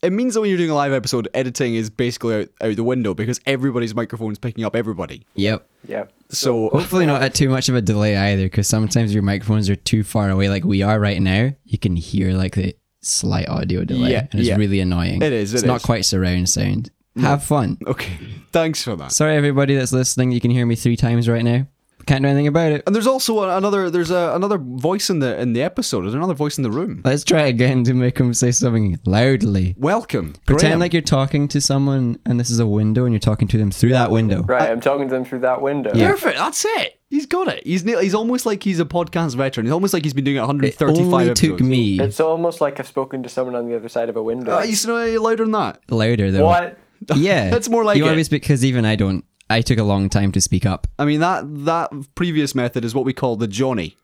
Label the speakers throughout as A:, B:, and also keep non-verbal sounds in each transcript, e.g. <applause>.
A: it means that when you're doing a live episode, editing is basically out, out the window because everybody's microphone is picking up everybody.
B: Yep.
C: Yeah.
A: So
B: Hopefully not at too much of a delay either, because sometimes your microphones are too far away, like we are right now. You can hear like the slight audio delay,
A: Yeah,
B: and it's
A: yeah.
B: really annoying.
A: It is, it
B: it's not
A: is.
B: quite surround sound. Have fun.
A: okay, thanks for that.
B: Sorry, everybody that's listening. You can hear me three times right now. Can't do anything about it.
A: And there's also a- another there's a, another voice in the in the episode. There's another voice in the room.
B: Let's try again to make him say something loudly.
A: Welcome.
B: Pretend
A: Graham.
B: like you're talking to someone, and this is a window, and you're talking to them through that window.
C: Right, I, am talking to them through that window.
A: Perfect. That's it. He's got it. He's ne- he's almost like he's a podcast veteran. He's almost like he's been doing it
B: It
A: 135
B: only
A: episodes.
B: took me
C: It's almost like I've spoken to someone on the other side of a window.
A: Uh, he's no louder than that.
B: louder though.
A: <laughs>
C: what?
B: Yeah,
A: That's more like
B: you
A: it.
B: always because even I don't. I took a long time to speak up.
A: I mean that that previous method is what we call the Johnny.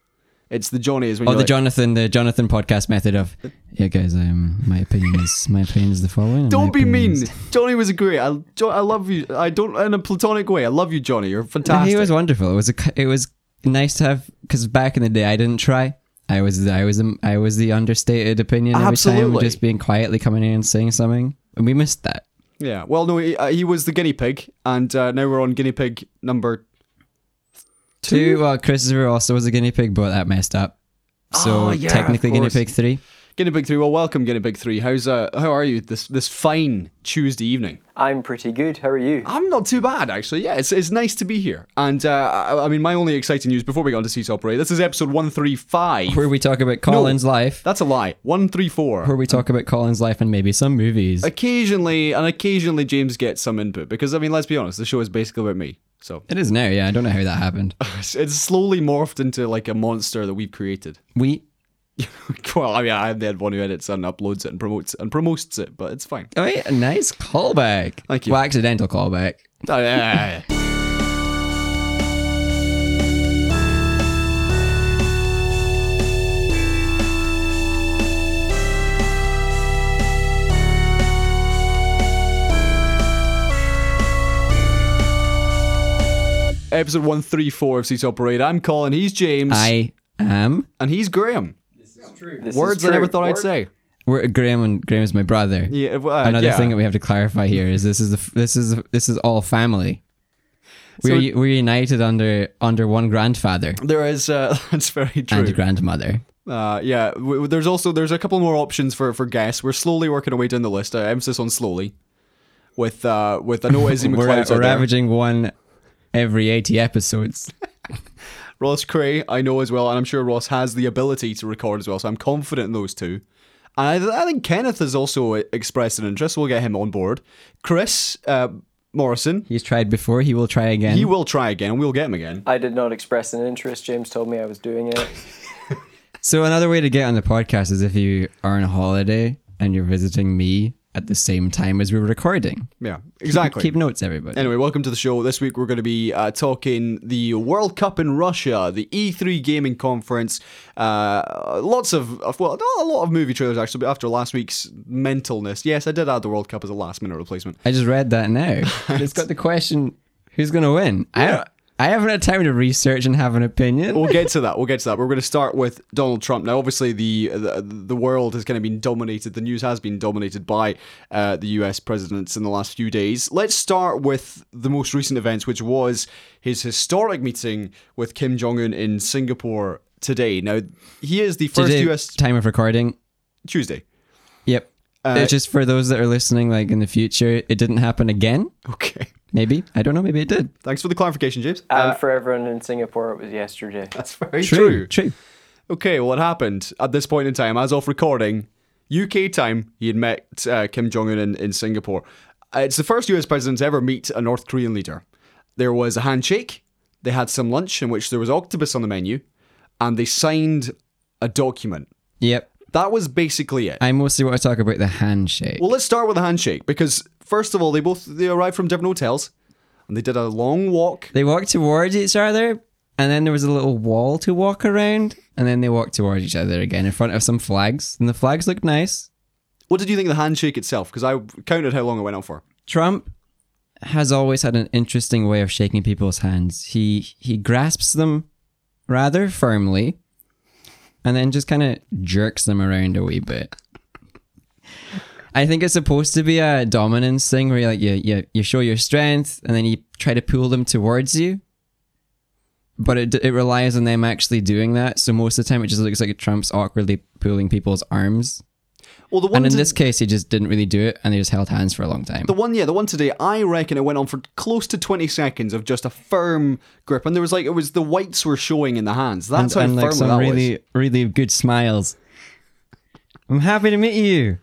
A: It's the Johnny is when
B: Oh,
A: you're
B: the
A: like,
B: Jonathan, the Jonathan podcast method of, yeah, guys. Um, my opinion is my opinion is the following. and my
A: Don't be
B: opinion
A: mean.
B: is-"
A: Johnny was great. I, jo- I love you. I don't in a platonic way. I love you, Johnny. You're
B: No,
A: fantastic.
B: he was wonderful. It was a, it was nice to have because back in the day I didn't try. I was I was the- I was the understated opinion every time,
A: Absolutely.
B: just being quietly coming in and saying something, and we missed that.
A: yeah. Well, no, he, uh, he was the guinea pig, and uh, now we're on guinea pig number
B: Two, well, Christopher also was a guinea pig, but that messed up. So
A: Oh, yeah,
B: technically,
A: of
B: guinea
A: course.
B: pig three.
A: guinea pig three. Well, welcome, guinea pig three. How's uh, how are you this this fine Tuesday evening?
C: I'm pretty good. How are you?
A: I'm not too bad, actually. Yeah, it's, it's nice to be here. And uh, I, I mean, my only exciting news before we go on to Cease Operate, this is episode 135.
B: where we talk about Colin's life,
A: That's a lie. 134.
B: where we talk about Colin's life and maybe some movies.
A: occasionally, and occasionally James gets some input because, I mean, let's be honest, the show is basically about me. So
B: It is now, yeah. I don't know how that happened.
A: it's, it's slowly morphed into like a monster that we've created. <laughs>
B: We
A: well, I mean, I'm the one who edits and uploads it and promotes and promotes it, but it's fine.
B: oh yeah, nice callback.
A: Thank you.
B: Well, accidental callback.
A: Oh, yeah. Episode 134 of Seat Operate. I'm Colin, he's James,
B: I am.
A: and he's Graham.
C: This is
A: Words I never
C: true.
A: thought I'd
C: Words-
A: say.
B: We're Graham and Graham is my brother.
A: Yeah, well, uh,
B: Another
A: yeah.
B: thing that we have to clarify here is this is the, this is this is all family. We
A: So-
B: are u- we're united under under one grandfather
A: There is, uh, <laughs> that's very true.
B: and a grandmother.
A: Uh, yeah, w- w- there's also there's a couple more options for for guests. We're slowly working our way down the list. Uh, emphasis on slowly. With uh, with I know
B: <laughs>
A: Izzy
B: We're,
A: McLeod's out
B: we're
A: there.
B: averaging one every eighty episodes.
A: Ross Cray, I know as well, and I'm sure Ross has the ability to record as well. So I'm confident in those two. And I, th- I think Kenneth has also e-, expressed an interest. We'll get him on board. Chris uh, Morrison,
B: He's tried before. He will try again.
A: he will try again. We'll get him again.
C: I did not express an interest. James told me I was doing it.
B: So another way to get on the podcast is if you are on a holiday and you're visiting me at the same time as we're recording.
A: Yeah, exactly.
B: Keep notes, everybody.
A: Anyway, welcome to the show. This week we're going to be uh, talking the World Cup in Russia, the E3 gaming conference, uh, lots of, of well, not a lot of movie trailers actually. But after last week's mentalness, yes, I did add the World Cup as a last minute replacement.
B: I just read that
A: <laughs>
B: now. it's got the question: Who's going to win? I don't, I haven't had time to research and have an opinion.
A: We'll get to that. We'll get to that. We're going to start with Donald Trump. Now, obviously, the the, the world has kind of been dominated. The news has been dominated by uh, the U.S. presidents in the last few days. Let's start with the most recent events, which was his historic meeting with Kim Jong Un in Singapore today. Now, he is the first
B: Today,
A: U.S.
B: time of recording.
A: Tuesday.
B: Yep.
A: Uh,
B: it's just for those that are listening, like in the future, it didn't happen again.
A: Okay.
B: Maybe I don't know. Maybe it did.
A: Thanks for the clarification, James.
C: And for everyone in Singapore, it was yesterday.
A: That's very
B: True. True.
A: Okay, well, it happened at this point in time, as of recording, UK time, he had met uh, Kim Jong un in, in Singapore. Uh, It's the first US president to ever meet a North Korean leader. There was a handshake, they had some lunch in which there was octopus on the menu, and they signed a document.
B: Yep.
A: That was basically it.
B: I mostly want to talk about the handshake.
A: Well, let's start with the handshake because, first of all, they both they arrived from different hotels and they did a long walk.
B: They walked towards each other, and then there was a little wall to walk around, and then they walked towards each other again in front of some flags, and the flags looked nice.
A: What did you think of the handshake itself? Because I counted how long it went on for.
B: Trump has always had an interesting way of shaking people's hands. He he grasps them rather firmly, and then just kind of jerks them around a wee bit. I think it's supposed to be a dominance thing where you like you, you you show your strength and then you try to pull them towards you. But it it relies on them actually doing that. So most of the time, it just looks like Trump's awkwardly pulling people's arms.
A: Well, the one
B: And in
A: to-
B: this case, he just didn't really do it, and they just held hands for a long time.
A: The one, yeah, the one today, I reckon it went on for close to 20 seconds of just a firm grip. And there was like, it was the whites were showing in the hands.
B: And,
A: That's
B: and
A: how
B: like
A: firm
B: some
A: that
B: really
A: was.
B: really good smiles. I'm happy to meet you.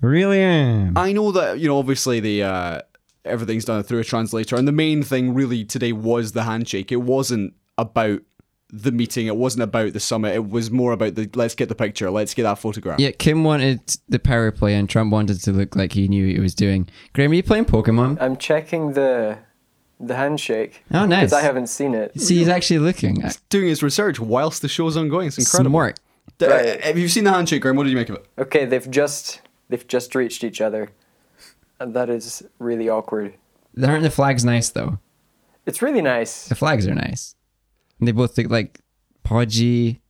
B: Really am.
A: I know that, you know, obviously the, uh, everything's done through a translator. And the main thing really today was the handshake. It wasn't about the meeting. It wasn't about the summit. It was more about the, let's get the picture. Let's get that photograph.
B: Yeah, Kim wanted the power play, and Trump wanted to look like he knew what he was doing. Graham, are you playing Pokemon?
C: I'm checking the the handshake.
B: Oh, nice.
C: Because I haven't seen it.
B: See, he's actually looking. At
A: Doing his research whilst the show's ongoing. It's incredible.
B: Smart.
A: Uh,
C: Right.
A: Have you seen the handshake, Graham? What did you make of it?
C: Okay, they've just they've just reached each other, and that is really awkward.
B: Aren't the flags nice though?
C: It's really nice.
B: The flags are nice. And they both look like podgy,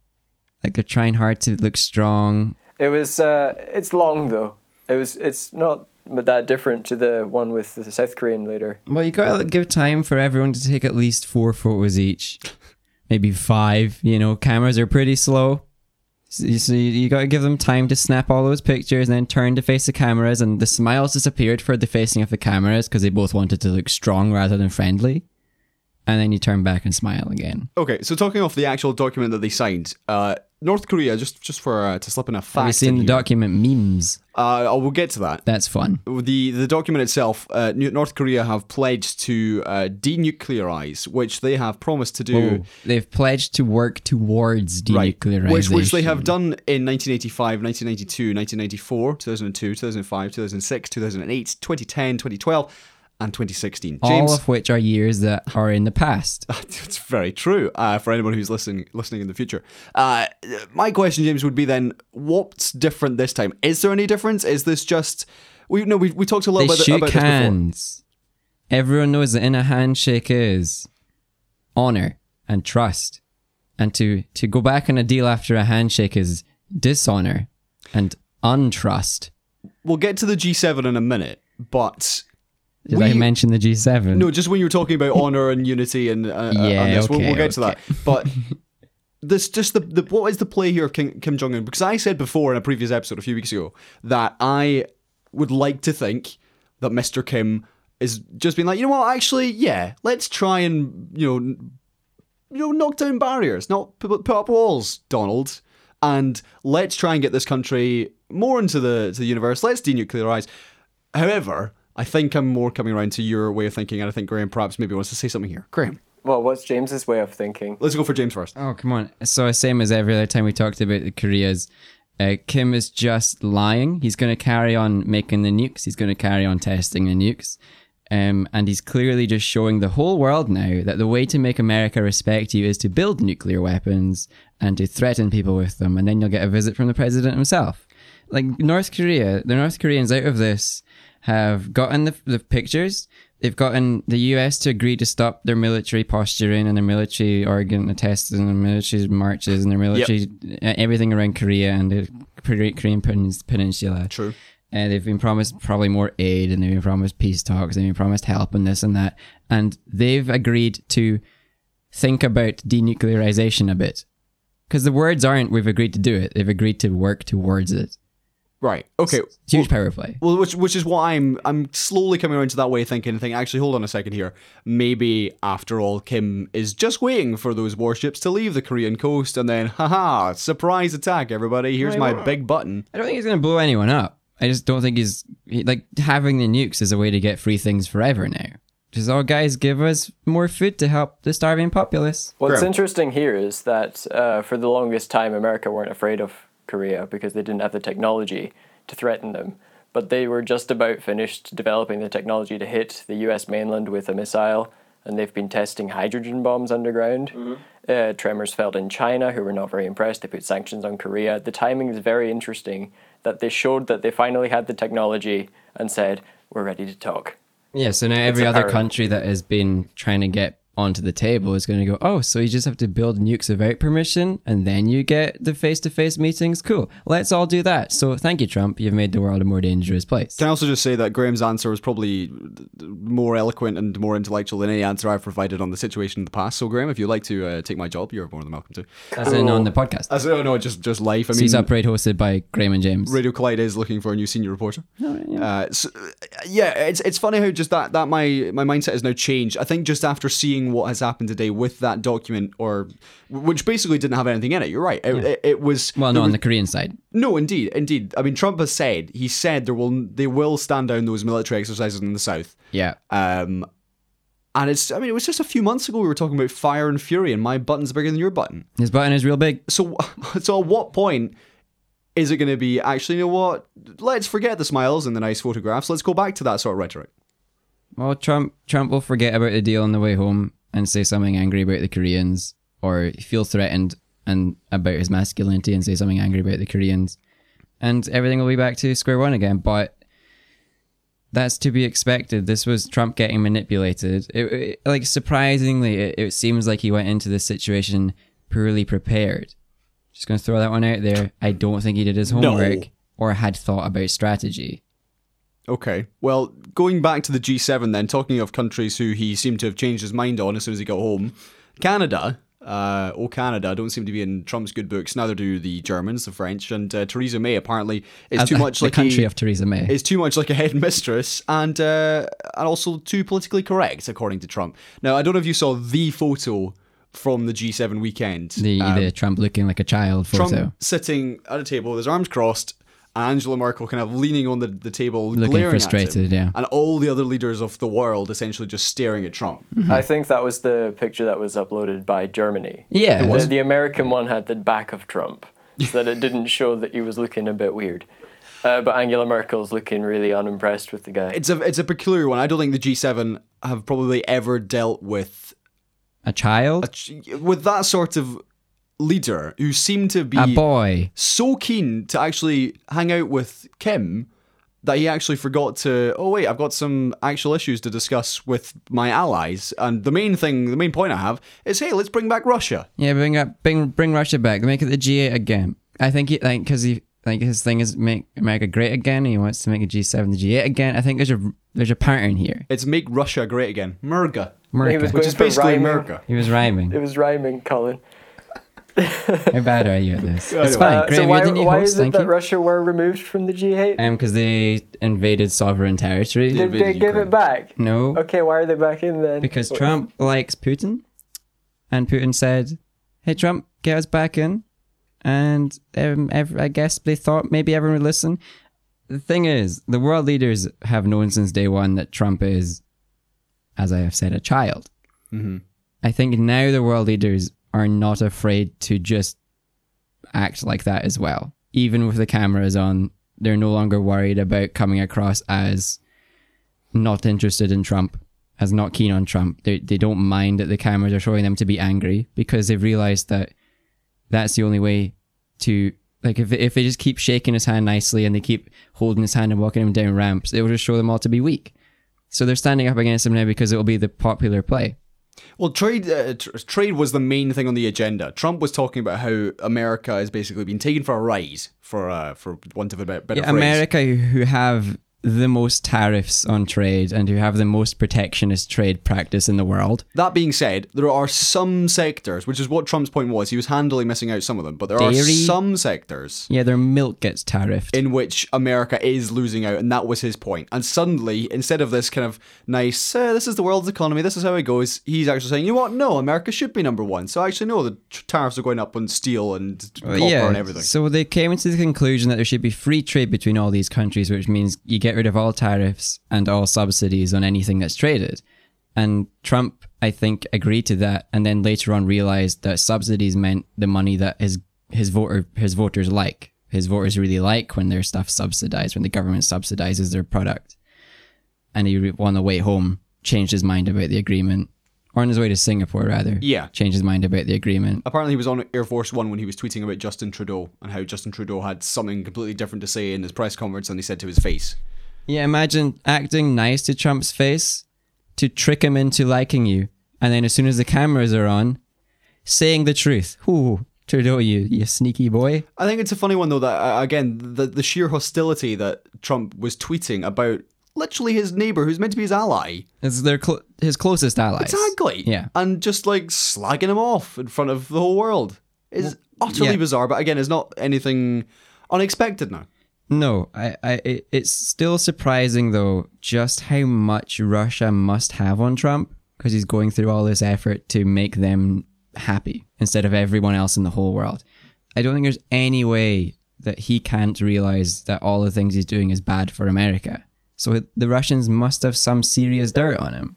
B: like they're trying hard to look strong.
C: It was uh, it's long though. It was it's not that different to the one with the South Korean leader.
B: Well, you gotta give time for everyone to take at least four photos each, maybe five. You know, cameras are pretty slow, so you, so you- you gotta give them time to snap all those pictures and then turn to face the cameras. And the smiles disappeared for the facing of the cameras because they both wanted to look strong rather than friendly. And then you turn back and smile again.
A: Okay, so talking off the actual document that they signed, uh, North Korea, just just for uh, to slip in a fact,
B: Have you seen
A: in
B: the
A: here,
B: document memes?
A: uh, I will get to that.
B: That's fun.
A: the the document itself, uh, Nu- North Korea have pledged to uh, denuclearize, which they have promised to do.
B: They've pledged to work towards
A: Right,
B: denuclearization.
A: which, which they have done in 1985, 1992, 1994, 2002, 2005, 2006, 2008, 2010, 2012, and 2016.
B: All
A: James,
B: of which are years that are in the past.
A: <laughs> It's very true uh, for anyone who's listening listening in the future. Uh, my question, James, would be then: What's different this time? Is there any difference? Is this just we no? We, we talked a
B: They
A: little bit
B: shook
A: about this before.
B: hands. Everyone knows that in a handshake is honor and trust, and to to go back on a deal after a handshake is dishonor and untrust.
A: We'll get to the G7 in a minute, but
B: Did
A: we,
B: I mention the G seven?
A: No, just when you were talking about honor and unity and uh, uh,
B: Yeah,
A: and this, we'll, we'll
B: okay,
A: get to that.
B: okay. <laughs>
A: But this just the, the what is the play here of Kim, Kim Jong Un? Because I said before in a previous episode a few weeks ago that I would like to think that Mr. Kim is just being like, you know what, actually, yeah, let's try and you know, n- you know, knock down barriers, not put, put up walls, Donald, and let's try and get this country more into the to the universe. Let's denuclearize. However, I think I'm more coming around to your way of thinking, and I think Graham perhaps maybe wants to say something here. Graham,
C: Well, what's James's way of thinking?
A: let's go for James first.
B: Oh come on! So same as every other time we talked about the Koreas, uh, Kim is just lying. He's going to carry on making the nukes. He's going to carry on testing the nukes, um, and he's clearly just showing the whole world now that the way to make America respect you is to build nuclear weapons and to threaten people with them, and then you'll get a visit from the president himself. Like North Korea, the North Koreans out of this have gotten the, the pictures. They've gotten the US to agree to stop their military posturing and their military organ tests and their military marches and their military uh everything around Korea and the Korea- Korean Pen- Peninsula.
A: True.
B: Uh, they've been promised probably more aid and they've been promised peace talks. They've been promised help and this and that. And they've agreed to think about denuclearization a bit. Because the words aren't, we've agreed to do it. They've agreed to work towards it.
A: Right. Okay.
B: Huge power play.
A: Well, which which is why I'm I'm slowly coming around to that way of thinking. and Think actually, hold on a second here. Maybe after all, Kim is just waiting for those warships to leave the Korean coast, and then, haha, surprise attack, everybody! Here's my big button.
B: I don't think he's going to blow anyone up. I just don't think he's he- like having the nukes is a way to get free things forever now. Just all guys give us more food to help the starving populace.
C: What's
A: Graham.
C: interesting here is that uh, for the longest time, America weren't afraid of Korea because they didn't have the technology to threaten them. But they were just about finished developing the technology to hit the US mainland with a missile, and they've been testing hydrogen bombs underground. Uh, tremors felt in China, who were not very impressed. They put sanctions on Korea. The timing is very interesting that they showed that they finally had the technology and said, We're ready to talk.
B: Yeah, so now every
C: a
B: other
C: parody.
B: country that has been trying to get onto the table is going to go, oh, so you just have to build nukes without permission and then you get the face to face meetings? Cool. Let's all do that. So thank you, Trump. You've made the world a more dangerous place.
A: Can I also just say that Graham's answer was probably more eloquent and more intellectual than any answer I've provided on the situation in the past. So, Graham, if you'd like to uh, take my job, you're more than welcome to.
B: As in on the podcast.
A: As, oh, no, just, just life. I mean,
B: Sees Parade hosted by Graham and James.
A: Radio Collide is looking for a new senior reporter. Uh, so, uh, yeah, it's it's funny how just that that my my mindset has now changed. I think just after seeing what has happened today with that document, or which basically didn't have anything in it. You're right. It, it, it was
B: Well,
A: there
B: no, on
A: was-
B: the Korean side.
A: no, indeed, indeed. I mean, Trump has said he said there will they will stand down those military exercises in the south.
B: Yeah.
A: Um, and it's I mean it was just a few months ago we were talking about fire and fury and my button's bigger than your button.
B: His button is real big.
A: So <laughs> so at what point is it going to be actually you know what? Let's forget the smiles and the nice photographs. Let's go back to that sort of rhetoric.
B: Well, Trump Trump will forget about the deal on the way home and say something angry about the Koreans, or feel threatened and about his masculinity and say something angry about the Koreans, and everything will be back to square one again. But that's to be expected. This was Trump getting manipulated. It, it- like surprisingly, it, it seems like he went into this situation poorly prepared. Just gonna throw that one out there. I don't think he did his homework or had thought about strategy.
A: Okay. Well, going back to the G7 then, talking of countries who he seemed to have changed his mind on as soon as he got home, Canada, uh, oh Canada, don't seem to be in Trump's good books. Neither do the Germans, the French, and uh, Theresa May apparently is too much
B: Uh, the
A: like
B: country
A: a,
B: of Theresa May.
A: is too much like a headmistress and uh, and also too politically correct, according to Trump. Now, I don't know if you saw the photo from the G7 weekend.
B: The, the Trump looking like a child photo.
A: Trump sitting at a table with his arms crossed, and Angela Merkel kind of leaning on the, the table, glaring
B: frustrated,
A: at him,
B: yeah.
A: and all the other leaders of the world essentially just staring at Trump.
C: I think that was the picture that was uploaded by Germany.
B: Yeah. It was.
C: The, the American one had the back of Trump, so that it didn't show that he was looking a bit weird. Uh, but Angela Merkel's looking really unimpressed with the guy.
A: It's a it's a peculiar one. I don't think the G7 have probably ever dealt with
B: a child,
A: with that sort of leader who seemed to be
B: a, boy.
A: so keen to actually hang out with Kim that he actually forgot to oh wait i've got some actual issues to discuss with my allies and the main thing the main point i have is hey let's bring back russia
B: Yeah, bring up, bring, bring Russia back. Make it the G8 again. I think he, like, because he, like, his thing is make America great again. And he wants to make a G7 the G8 again. I think there's a, there's a pattern here.
A: It's make Russia great again. Murga.
B: America.
C: was-
A: Which is
C: Going for
A: basically
C: rhyming.
A: America.
B: He was rhyming.
C: <laughs> It was rhyming, Colin.
B: How bad are you at this?
A: anyway.
B: It's fine.
C: Uh,
B: Graham,
C: so why,
B: you're the new
C: why
B: host.
C: is it
B: Thank
C: that
B: you.
C: Russia were removed from the G8?
B: Um, because they invaded sovereign territory.
A: Did-
C: Did they
A: invaded
C: give
A: Ukraine.
C: it back?
B: No,
C: Okay, why are they back in then?
B: because
C: Wait,
B: Trump likes Putin, and Putin said, "Hey Trump, get us back in." And um, ev I guess they thought maybe everyone would listen. The thing is, the world leaders have known since day one that Trump is, as I have said, a child. I think now the world leaders are not afraid to just act like that as well. Even with the cameras on, they're no longer worried about coming across as not interested in Trump, as not keen on Trump. They, they don't mind that the cameras are showing them to be angry because they've realized that that's the only way to. Like, if, if they just keep shaking his hand nicely and they keep holding his hand and walking him down ramps, it will just show them all to be weak. So they're standing up against him now because it will be the popular play.
A: Well, trade uh, tr- trade was the main thing on the agenda. Trump was talking about how America has basically been taken for a ride, for uh, for want of a better
B: Yeah,
A: phrase.
B: America, who have the most tariffs on trade and who have the most protectionist trade practice in the world,
A: That being said, there are some sectors, which is what Trump's point was. He was handily missing out some of them, but there are
B: Dairy.
A: some sectors
B: yeah, their milk gets tariffed.
A: in which America is losing out, and that was his point. And suddenly, instead of this kind of nice, uh, this is the world's economy, this is how it goes, he's actually saying, you know what? No, America should be number one. So actually, no, the t- tariffs are going up on steel and
B: Oh,
A: copper and everything.
B: So they came to the conclusion that there should be free trade between all these countries, which means you get rid of all tariffs and all subsidies on anything that's traded. And Trump, I think, agreed to that, and then later on realized that subsidies meant the money that his his voter his voters like. His voters really like when their stuff's subsidized, when the government subsidizes their product. And he, re- on the way home, changed his mind about the agreement, or on his way to Singapore, rather.
A: Yeah.
B: changed his mind about the agreement.
A: Apparently, he was on Air Force One when he was tweeting about Justin Trudeau and how Justin Trudeau had something completely different to say in his press conference than he said to his face.
B: Yeah, imagine acting nice to Trump's face to trick him into liking you and then as soon as the cameras are on, saying the truth. Ooh, Trudeau, you you sneaky boy.
A: I think it's a funny one though that uh, again the the sheer hostility that Trump was tweeting about literally his neighbor who's meant to be his ally
B: It's their cl- his closest allies.
A: exactly
B: Yeah.
A: and just like slagging him off in front of the whole world is utterly
B: yeah.
A: bizarre but again it's not anything unexpected now
B: No, I, I, it, it's still surprising though just how much Russia must have on Trump because he's going through all this effort to make them happy instead of everyone else in the whole world. I don't think there's any way that he can't realize that all the things he's doing is bad for America. So the Russians must have some serious dirt on him.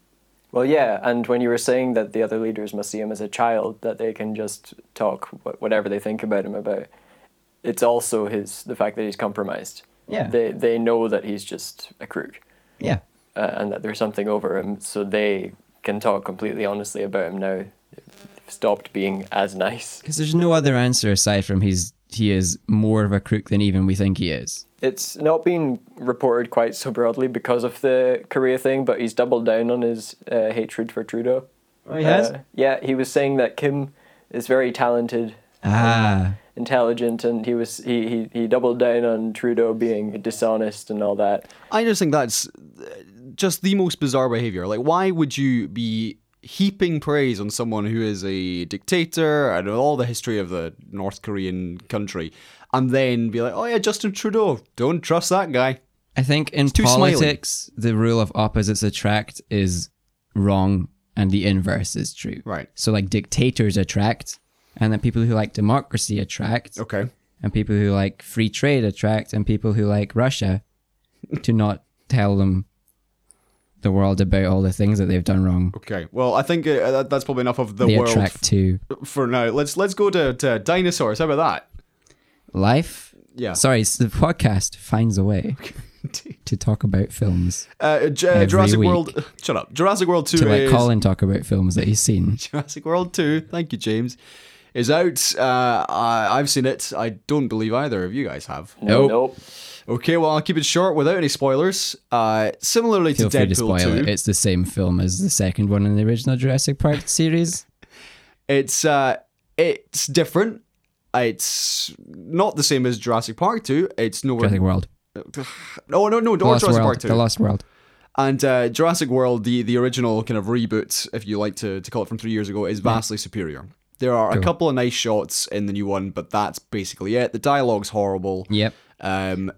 C: Well, yeah, and when you were saying that the other leaders must see him as a child, that they can just talk wh- whatever they think about him about, it's also his the fact that he's compromised.
B: Yeah.
C: they they know that he's just a crook
B: Yeah.
C: uh, and that there's something over him, so they can talk completely honestly about him now. They've stopped being as nice.
B: Because there's no other answer aside from he's he is more of a crook than even we think he is.
C: It's not been reported quite so broadly because of the Korea thing, but he's doubled down on his uh, hatred for Trudeau.
B: Oh, he has?
C: Uh, yeah, he was saying that Kim is very talented,
B: Ah.
C: intelligent, and he was he, he he doubled down on Trudeau being dishonest and all that.
A: I just think that's uh, just the most bizarre behavior. Like, why would you be heaping praise on someone who is a dictator and all the history of the North Korean country, and then be like, "Oh yeah, Justin Trudeau, don't trust that guy."
B: I think in
A: too smiley.
B: politics, the rule of opposites attract is wrong and the inverse is true.
A: Right.
B: So, like, dictators attract, and then people who like democracy attract,
A: Okay.
B: and people who like free trade attract, and people who
A: <laughs>
B: like Russia to not tell them the world about all the things that they've done wrong.
A: Okay. Well, I think uh, that- that's probably enough of the
B: They
A: world
B: attract to
A: f- for now. Let's let's go to, to dinosaurs. How about
B: life.
A: Yeah.
B: Sorry, it's the podcast finds a way
A: that? <laughs>
B: to talk about films.
A: Uh, J- Jurassic
B: week.
A: World. <laughs> Shut up. Jurassic World Two
B: To
A: is
B: like Colin talk about films that he's
A: <laughs>
B: seen.
A: Jurassic World 2, thank you, James, is out. Uh, I, I've seen it. I don't believe either of you guys have.
B: Nope.
C: nope.
A: Okay, well, I'll keep it short without any spoilers. Uh, similarly
B: Feel
A: to
B: free
A: Deadpool
B: to spoil
A: 2,
B: it. It's the same film as the second one in the original Jurassic Park series.
A: it's, uh, it's different. It's not the same as Jurassic Park 2. It's nowhere. Oh,
B: Jurassic World.
A: No, no, no, not
B: The Lost
A: Jurassic
B: World.
A: Park 2.
B: The Lost World.
A: And uh, Jurassic World, the, the original kind of reboot, if you like to, to call it from three years ago,
B: Mm-hmm.
A: is vastly superior. There are a couple of nice shots in the new one, but that's basically it. The dialogue's horrible.
B: Yep.
A: Um,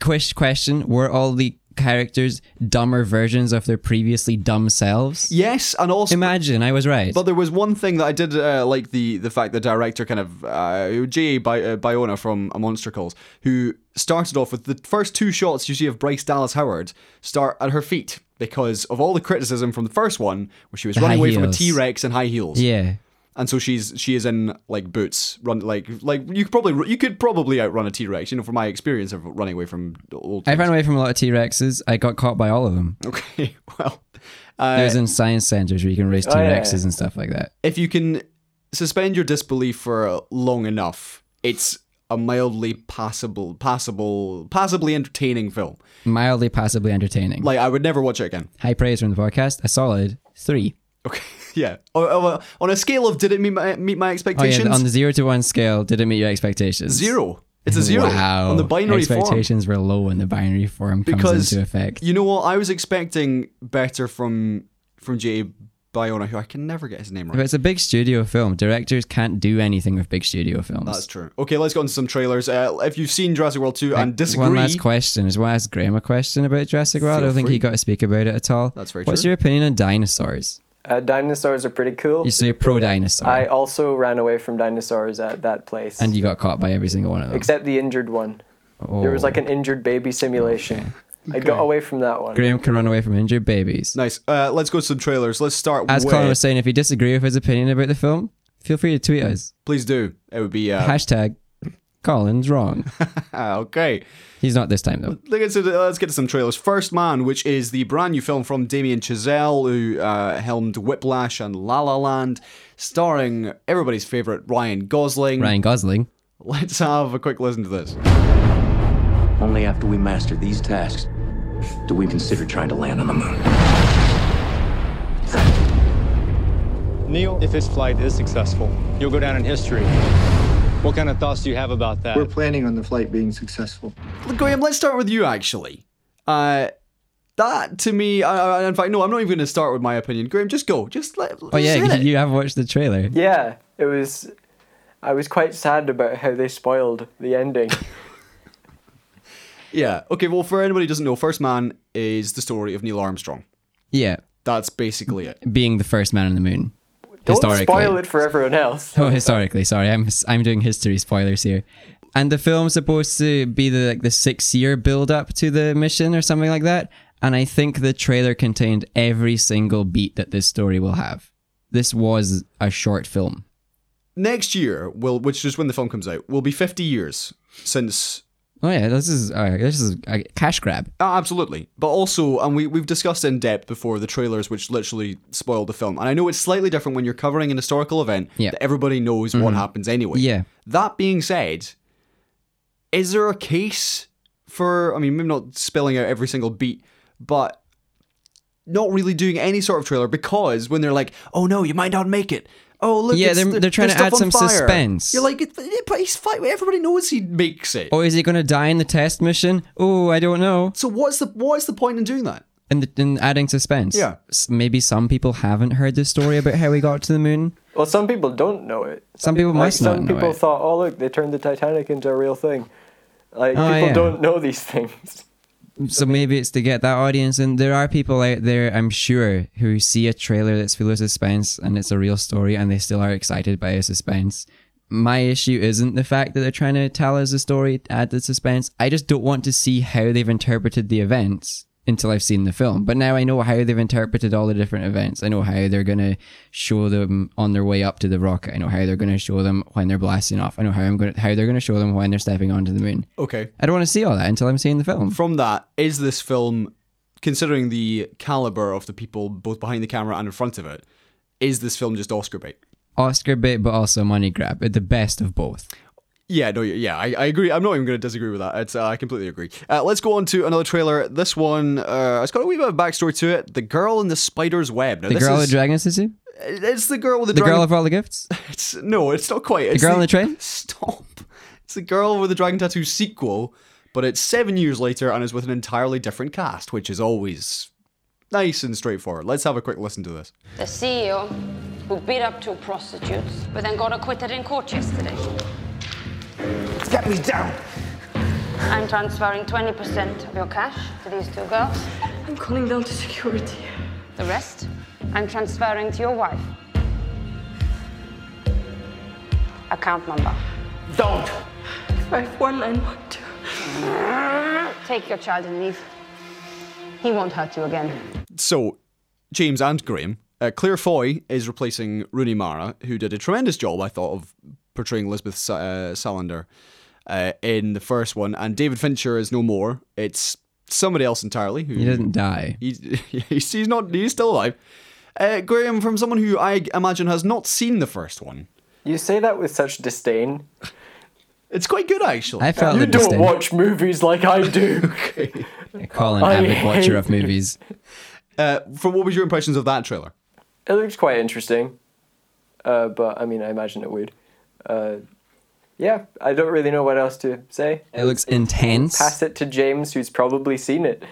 B: Question, question. Were all the characters dumber versions of their previously dumb selves?
A: yes, and also,
B: Imagine, I was right.
A: but there was one thing that I did uh, like the the fact the director kind of uh, J. Bi- uh, Biona from A Monster Calls, who started off with the first two shots you see of Bryce Dallas Howard start at her feet because of all the criticism from the first one, where she was running
B: high
A: away from a
B: heels.
A: T Rex in high heels.
B: yeah.
A: and so she's she is in like boots run like like you could probably you could probably outrun a t-rex you know from my experience of running away from old
B: I ran away from a lot of T Rexes. I got caught by all of them.
A: <laughs> okay well
B: I
A: uh,
B: was in science centers where you can raise T
C: Oh, yeah,
B: Rexes
C: yeah.
B: and stuff like that.
A: if you can suspend your disbelief for long enough it's a mildly passable passable passably entertaining film
B: Mildly, passively entertaining.
A: like i would never watch it again
B: High praise from the podcast. A solid three.
A: okay <laughs> yeah Oh, oh, well, on a scale of did it meet my, meet my
B: Oh, yeah.
A: expectations
B: On the zero to one scale, did it meet your expectations?
A: zero it's a zero
B: Wow.
A: on the binary form
B: expectations were low when the binary form comes
A: because
B: into effect.
A: You know what? I was expecting better from from J.A. Biona, who I can never get his name
B: If
A: right.
B: it's a big studio film, directors can't do anything with big studio films.
A: That's true. Okay, let's go into some trailers. Uh, if you've seen Jurassic World 2 and disagree,
B: One last question. Is why ask Graham a question about Jurassic World? I
A: Feel
B: don't think
A: free.
B: he got to speak about it at all.
A: That's very
B: What's
A: true.
B: your opinion on dinosaurs?
C: Uh, dinosaurs are pretty cool.
B: You say you're pro dinosaur,
C: I also ran away from dinosaurs at that place,
B: and you got caught by every single one of them.
C: except the injured one.
B: oh.
C: There was like an injured baby simulation. I got away from that one.
B: Graham can run away from injured babies.
A: nice. Uh, let's go to some trailers. Let's start
B: As
A: with.
B: Colin was saying, if you disagree with his opinion about the film, feel free to tweet us.
A: Please do. It would be. <laughs> Uh,
B: Hashtag
A: <laughs>
B: Colin's wrong.
A: ah, okay.
B: He's not this time though.
A: Let's get, to the- let's get to some trailers. First Man, which is the brand new film from Damien Chazelle, who uh, helmed Whiplash and La La Land, starring everybody's favourite Ryan Gosling.
B: Ryan Gosling.
A: Let's have a quick listen to this.
D: Only after we master these tasks do we consider trying to land on the moon.
E: Neil, if this flight is successful, you'll go down in history. What kind of thoughts do you have about that?
F: We're planning on the flight being successful.
A: Graham, let's start with you actually. Uh, that to me, I, I, in fact, no, I'm not even going to start with my opinion. Graham, just go. Just let.
B: Oh yeah, you have watched the trailer.
C: Yeah, it was. I was quite sad about how they spoiled the
B: <laughs>
C: ending.
A: yeah. Okay. Well, for anybody who doesn't know, First Man is the story of Neil Armstrong.
B: Yeah,
A: That's basically it.
B: being the first man on the moon.
C: Don't
B: historically.
C: spoil it for everyone
B: <laughs>
C: else.
B: Oh, historically, sorry. I'm I'm doing history spoilers here. And the film's supposed to be the like the six year build up to the mission or something like that. And I think the trailer contained every single beat that this story will have. This was a short film.
A: Next year, will which is when the film comes out, will be 50 years since
B: Oh yeah, this is uh, this is a cash grab.
A: Ah, absolutely. But also, and we, we've discussed in depth before the trailers, which literally spoiled the film. And I know it's slightly different when you're covering an historical event
B: Yeah. Mm-hmm.
A: that everybody knows what happens anyway.
B: Yeah.
A: That being said, is there a case for, I mean, maybe not spelling out every single beat, but not really doing any sort of trailer because when they're like, oh no, you might not make it. Oh look!
B: Yeah,
A: it's-
B: they're-
A: there-
B: they're trying
A: there's
B: to add
A: stuff on
B: some
A: fire."
B: suspense. Oh.
A: You're like, "It- it- but he's fine. Everybody knows he makes it.
B: Or is he going to die in the test mission? Oh, I don't know.
A: So what's the what's the point in doing that?
B: And the, and adding suspense.
A: Yeah.
B: S- Maybe some people haven't heard the story about how we got to the moon.
C: Well, some people don't know it.
B: Some people
C: like,
B: must not
C: Some
B: know
C: people
B: it.
C: thought, oh look, they turned the Titanic into a real thing. Like
B: Oh,
C: people
B: yeah.
C: don't know these things.
B: So maybe it's to get that audience, and there are people out there, I'm sure, who see a trailer that's full of suspense and it's a real story, and they still are excited by a suspense. My issue isn't the fact that they're trying to tell us a story, add the suspense. I just don't want to see how they've interpreted the events until I've seen the film. But now I know how they've interpreted all the different events. I know how they're going to show them on their way up to the rocket. I know how they're going to show them when they're blasting off. I know how I'm going to, how they're going to show them when they're stepping onto the moon.
A: Okay.
B: I don't want to see all that until I'm seeing the film.
A: from that, is this film, considering the caliber of the people both behind the camera and in front of it, is this film just Oscar bait?
B: Oscar bait, but also money grab. The best of both.
A: Yeah, no, yeah, I, I agree. I'm not even going to disagree with that. It's, uh, I completely agree. Uh, let's go on to another trailer. This one, uh, it's got a wee bit of backstory to it. The girl in the spider's web. Now,
B: The
A: this
B: girl
A: is,
B: with Dragon City?
A: It's the girl with the,
B: The
A: dragon.
B: girl of all the gifts?
A: it's, no, it's not quite. It's
B: girl on the train?
A: <laughs> Stop. It's the girl with the dragon tattoo sequel, but it's seven years later and is with an entirely different cast, which is always nice and straightforward. Let's have a quick listen to this.
G: The CEO who beat up two prostitutes, but then got acquitted in court yesterday.
H: Get me down!
G: I'm transferring 20% of your cash to these two girls.
H: I'm calling down to security.
G: The rest, I'm transferring to your wife. Account number.
H: Don't! 51912.
G: Take your child and leave. He won't hurt you again.
A: So, James and Graham, uh, Claire Foy is replacing Rooney Mara, who did a tremendous job, I thought, of portraying Elizabeth Sa- uh, Salander uh, in the first one. And David Fincher is no more; it's somebody else entirely. Who
B: He doesn't die.
A: He's, <laughs> he's he's not. He's still alive. Uh, Graham, from someone who I imagine has not seen the first one,
C: You say that with such disdain.
A: it's quite good actually.
B: I felt
C: You
B: the
C: don't
B: disdain.
C: watch movies like I do.
B: <laughs>
C: <laughs>
B: Colin,
C: I
B: avid watcher of
C: hate-
B: movies.
A: uh, from what was your impressions of that trailer?
C: it looks quite interesting, uh, but I mean, I imagine it would. Uh, yeah, I don't really know what else to say.
B: It looks intense.
C: Pass it to James, who's probably seen it.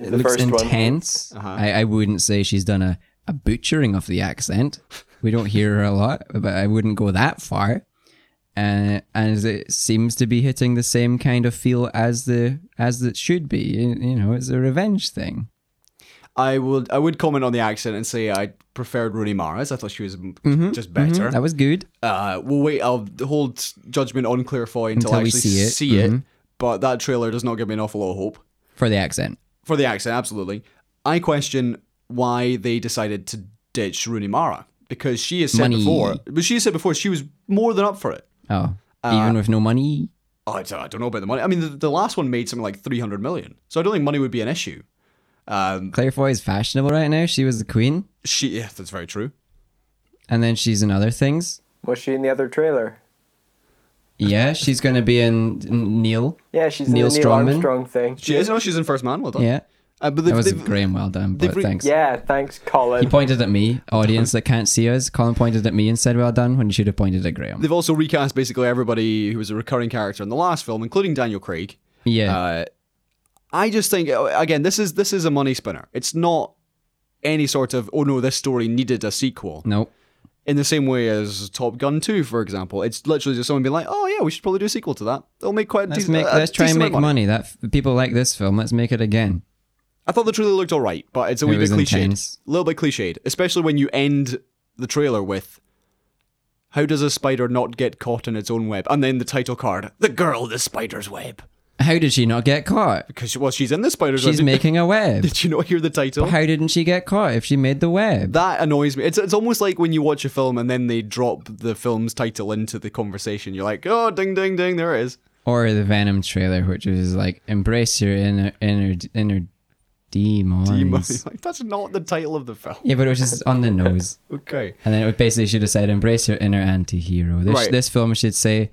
B: It
C: the
B: looks
C: first one. Uh-huh.
B: intense. I, I wouldn't say she's done a, a butchering of the accent. We don't hear her a lot, but I wouldn't go that far. Uh, and it seems to be hitting the same kind of feel as the as it should be. You, you know, it's a revenge thing.
A: I would I would comment on the accent and say I preferred Rooney Mara's. I thought she was mm, just better.
B: Mm-hmm. That was good.
A: Uh, we'll wait. I'll hold judgment on Claire Foy until,
B: Until
A: I
B: we
A: actually
B: see
A: see
B: it. Mm-hmm.
A: it. But that trailer does not give me an awful lot of hope
B: For the accent.
A: for the accent. Absolutely, I question why they decided to ditch Rooney Mara because she has said
B: Money.
A: before, but she said before she was more than up for it.
B: Oh.
A: Uh,
B: Even with no money?
A: I don't, Oh, I don't know about the money. I mean, the, the last one made something like three hundred million, so I don't think money would be an issue. Um,
B: Claire Foy is fashionable right now. She was the queen,
A: She, yeah, that's very true.
B: and then she's in other things.
C: Was she in the other trailer?
B: Yeah, she's going to be in in Neil.
C: Yeah, she's
B: Neil
C: in the Neil
B: Strongman?
C: Armstrong thing.
A: She is. No, she's Oh, in First Man. Well done.
B: Yeah.
A: Uh, but
B: That
A: they've,
B: was
A: they've,
B: Graham. Well done,
A: they've
B: but
A: re-
B: thanks.
C: Yeah, thanks, Colin.
B: He pointed at me, audience that can't see us. Colin pointed at me and said, "Well done," when he should have pointed at Graham.
A: they've also recast basically everybody who was a recurring character in the last film, including Daniel Craig.
B: Yeah,
A: Uh, I just think uh, again, this is this is a money spinner. It's not any sort of oh no, this story needed a sequel.
B: nope.
A: In the same way as Top Gun 2, for example, it's literally just someone being like, oh yeah, we should probably do a sequel to that. It'll make quite. a
B: Let's
A: decent-
B: make.
A: a
B: Let's try and
A: decent amount
B: make
A: of money.
B: money. That f- people like this film. Let's make it again.
A: I thought the trailer looked all right, but it's a
B: It
A: wee bit
B: was
A: cliched.
B: intense.
A: A little bit cliched, especially when you end the trailer with How does a spider not get caught in its own web? And then the title card The Girl in the Spider's Web.
B: How did she not get caught?
A: Because, well, she's in the spider's web.
B: She's
A: Did-
B: making a
A: <laughs>
B: web.
A: Did you not hear the title?
B: How didn't she get caught if she made the web?
A: That annoys me. It's, it's almost like when you watch a film and then they drop the film's title into the conversation. You're like, oh, ding, ding, ding, there it is. <laughs>
B: Or the Venom trailer, which is like embrace your inner inner inner demons.
A: You might- like, That's not the title of the film.
B: Yeah, but it was just on the nose.
A: Okay.
B: And then it would basically should have said, "Embrace your inner anti-hero." This,
A: Right.
B: this film should say,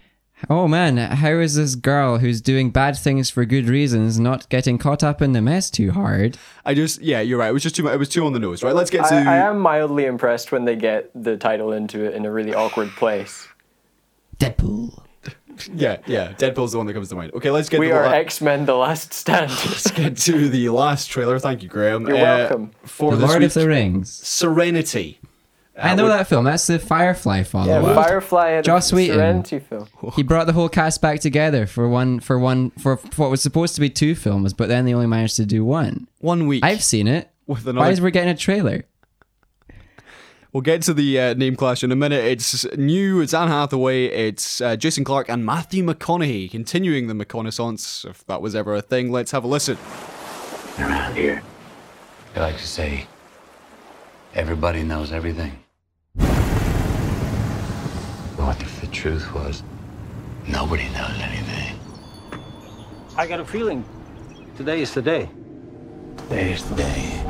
B: "Oh man, how is this girl who's doing bad things for good reasons not getting caught up in the mess too hard?"
A: I just, yeah, you're right. It was just too much. It was too on the nose, right? Let's get to.
C: I, I am mildly impressed when they get the title into it in a really awkward
A: <laughs>
C: place.
B: Deadpool.
A: Yeah, yeah. Deadpool's the one that comes to mind. Okay, let's get
C: We
A: to
C: are
A: the la-
C: X Men: The Last
A: <laughs>
C: Stand.
A: let's get to the last trailer. Thank you, Graham. Uh,
C: You're welcome.
A: For
B: The
A: this
B: Lord
A: week,
B: of the Rings.
A: Serenity.
B: I know that film. That's the Firefly
C: <laughs> yeah,
B: follow-up.
C: Firefly and
B: Joss Whedon.
C: Serenity film.
B: <laughs> He brought the whole cast back together for one for one for, for what was supposed to be two films, but then they only managed to do one.
A: One week.
B: I've seen it.
A: With another-
B: Why is we getting a trailer?
A: We'll get to the uh, name clash in a minute. It's new. It's Anne Hathaway. It's uh, Jason Clark and Matthew McConaughey continuing the reconnaissance, if that was ever a thing. Let's have a listen.
D: Around here, they like to say everybody knows everything. What if the truth was nobody knows anything?
I: I got a feeling today is the day.
D: Today's the day.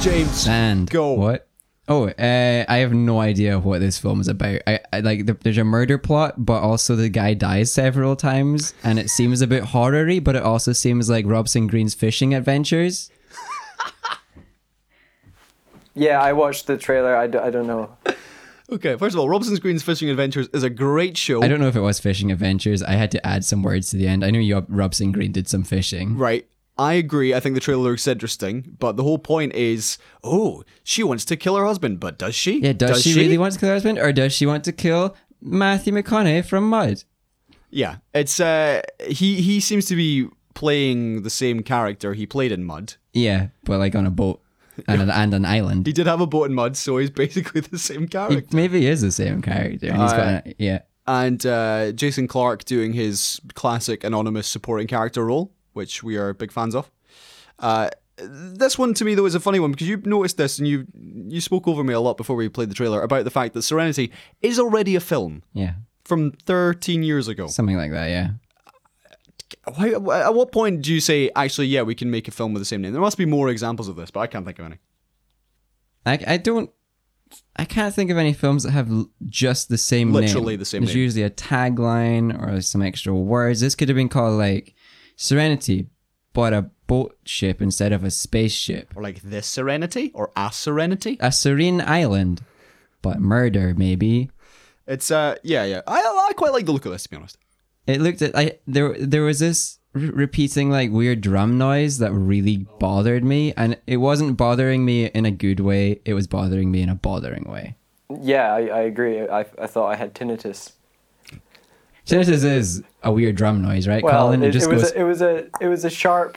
A: James,
B: And
A: go.
B: What? Oh, uh, I have no idea what this film is about. I, I like the, there's a murder plot, but also the guy dies several times, and it seems a bit horror-y, but it also seems like Robson Greene's fishing adventures.
C: Yeah, I watched the trailer. I, d- I don't know.
A: Okay, first of all, Robson's Green's Fishing Adventures is a great show.
B: I don't know if it was fishing adventures. I had to add some words to the end. I knew Yob- Robson Green did some fishing.
A: Right. I agree. I think the trailer looks interesting, but the whole point is, oh, she wants to kill her husband, but does she?
B: Yeah, does, she, really want to kill her husband, or does she want to kill Matthew McConaughey from Mud?
A: Yeah, it's uh, he he seems to be playing the same character he played in Mud.
B: Yeah, but like on a boat and an, and an island.
A: He did have a boat in Mud, so he's <laughs> basically the same character.
B: It maybe is the same character. and He's got an, yeah.
A: and uh, Jason Clark doing his classic anonymous supporting character role, which we are big fans of. Uh, this one to me though is a funny one because you noticed this and you you spoke over me a lot before we played the trailer about the fact that Serenity is already a film
B: Yeah.
A: from 13 years ago.
B: Something like that, yeah.
A: Why, at what point do you say actually yeah we can make a film with the same name? There must be more examples of this, but I can't think of any.
B: I, I don't. I can't think of any films that have l- just the same name.
A: Literally the same
B: There's
A: name.
B: usually a tagline or some extra words. This could have been called like Serenity, but a boat ship instead of a spaceship.
A: Or like this Serenity or a Serenity.
B: A serene island, but murder maybe.
A: It's uh yeah yeah I I quite like the look of this to be honest.
B: It looked at I there there was this r- repeating like weird drum noise that really bothered me, and it wasn't bothering me in a good way. It was bothering me in a bothering way.
C: Yeah, I, I agree. I, I thought I had tinnitus.
B: Tinnitus is a weird drum noise, right,
C: Well,
B: Colin?
C: it,
B: It just
C: it was
B: goes.
C: a, it was a it was a sharp,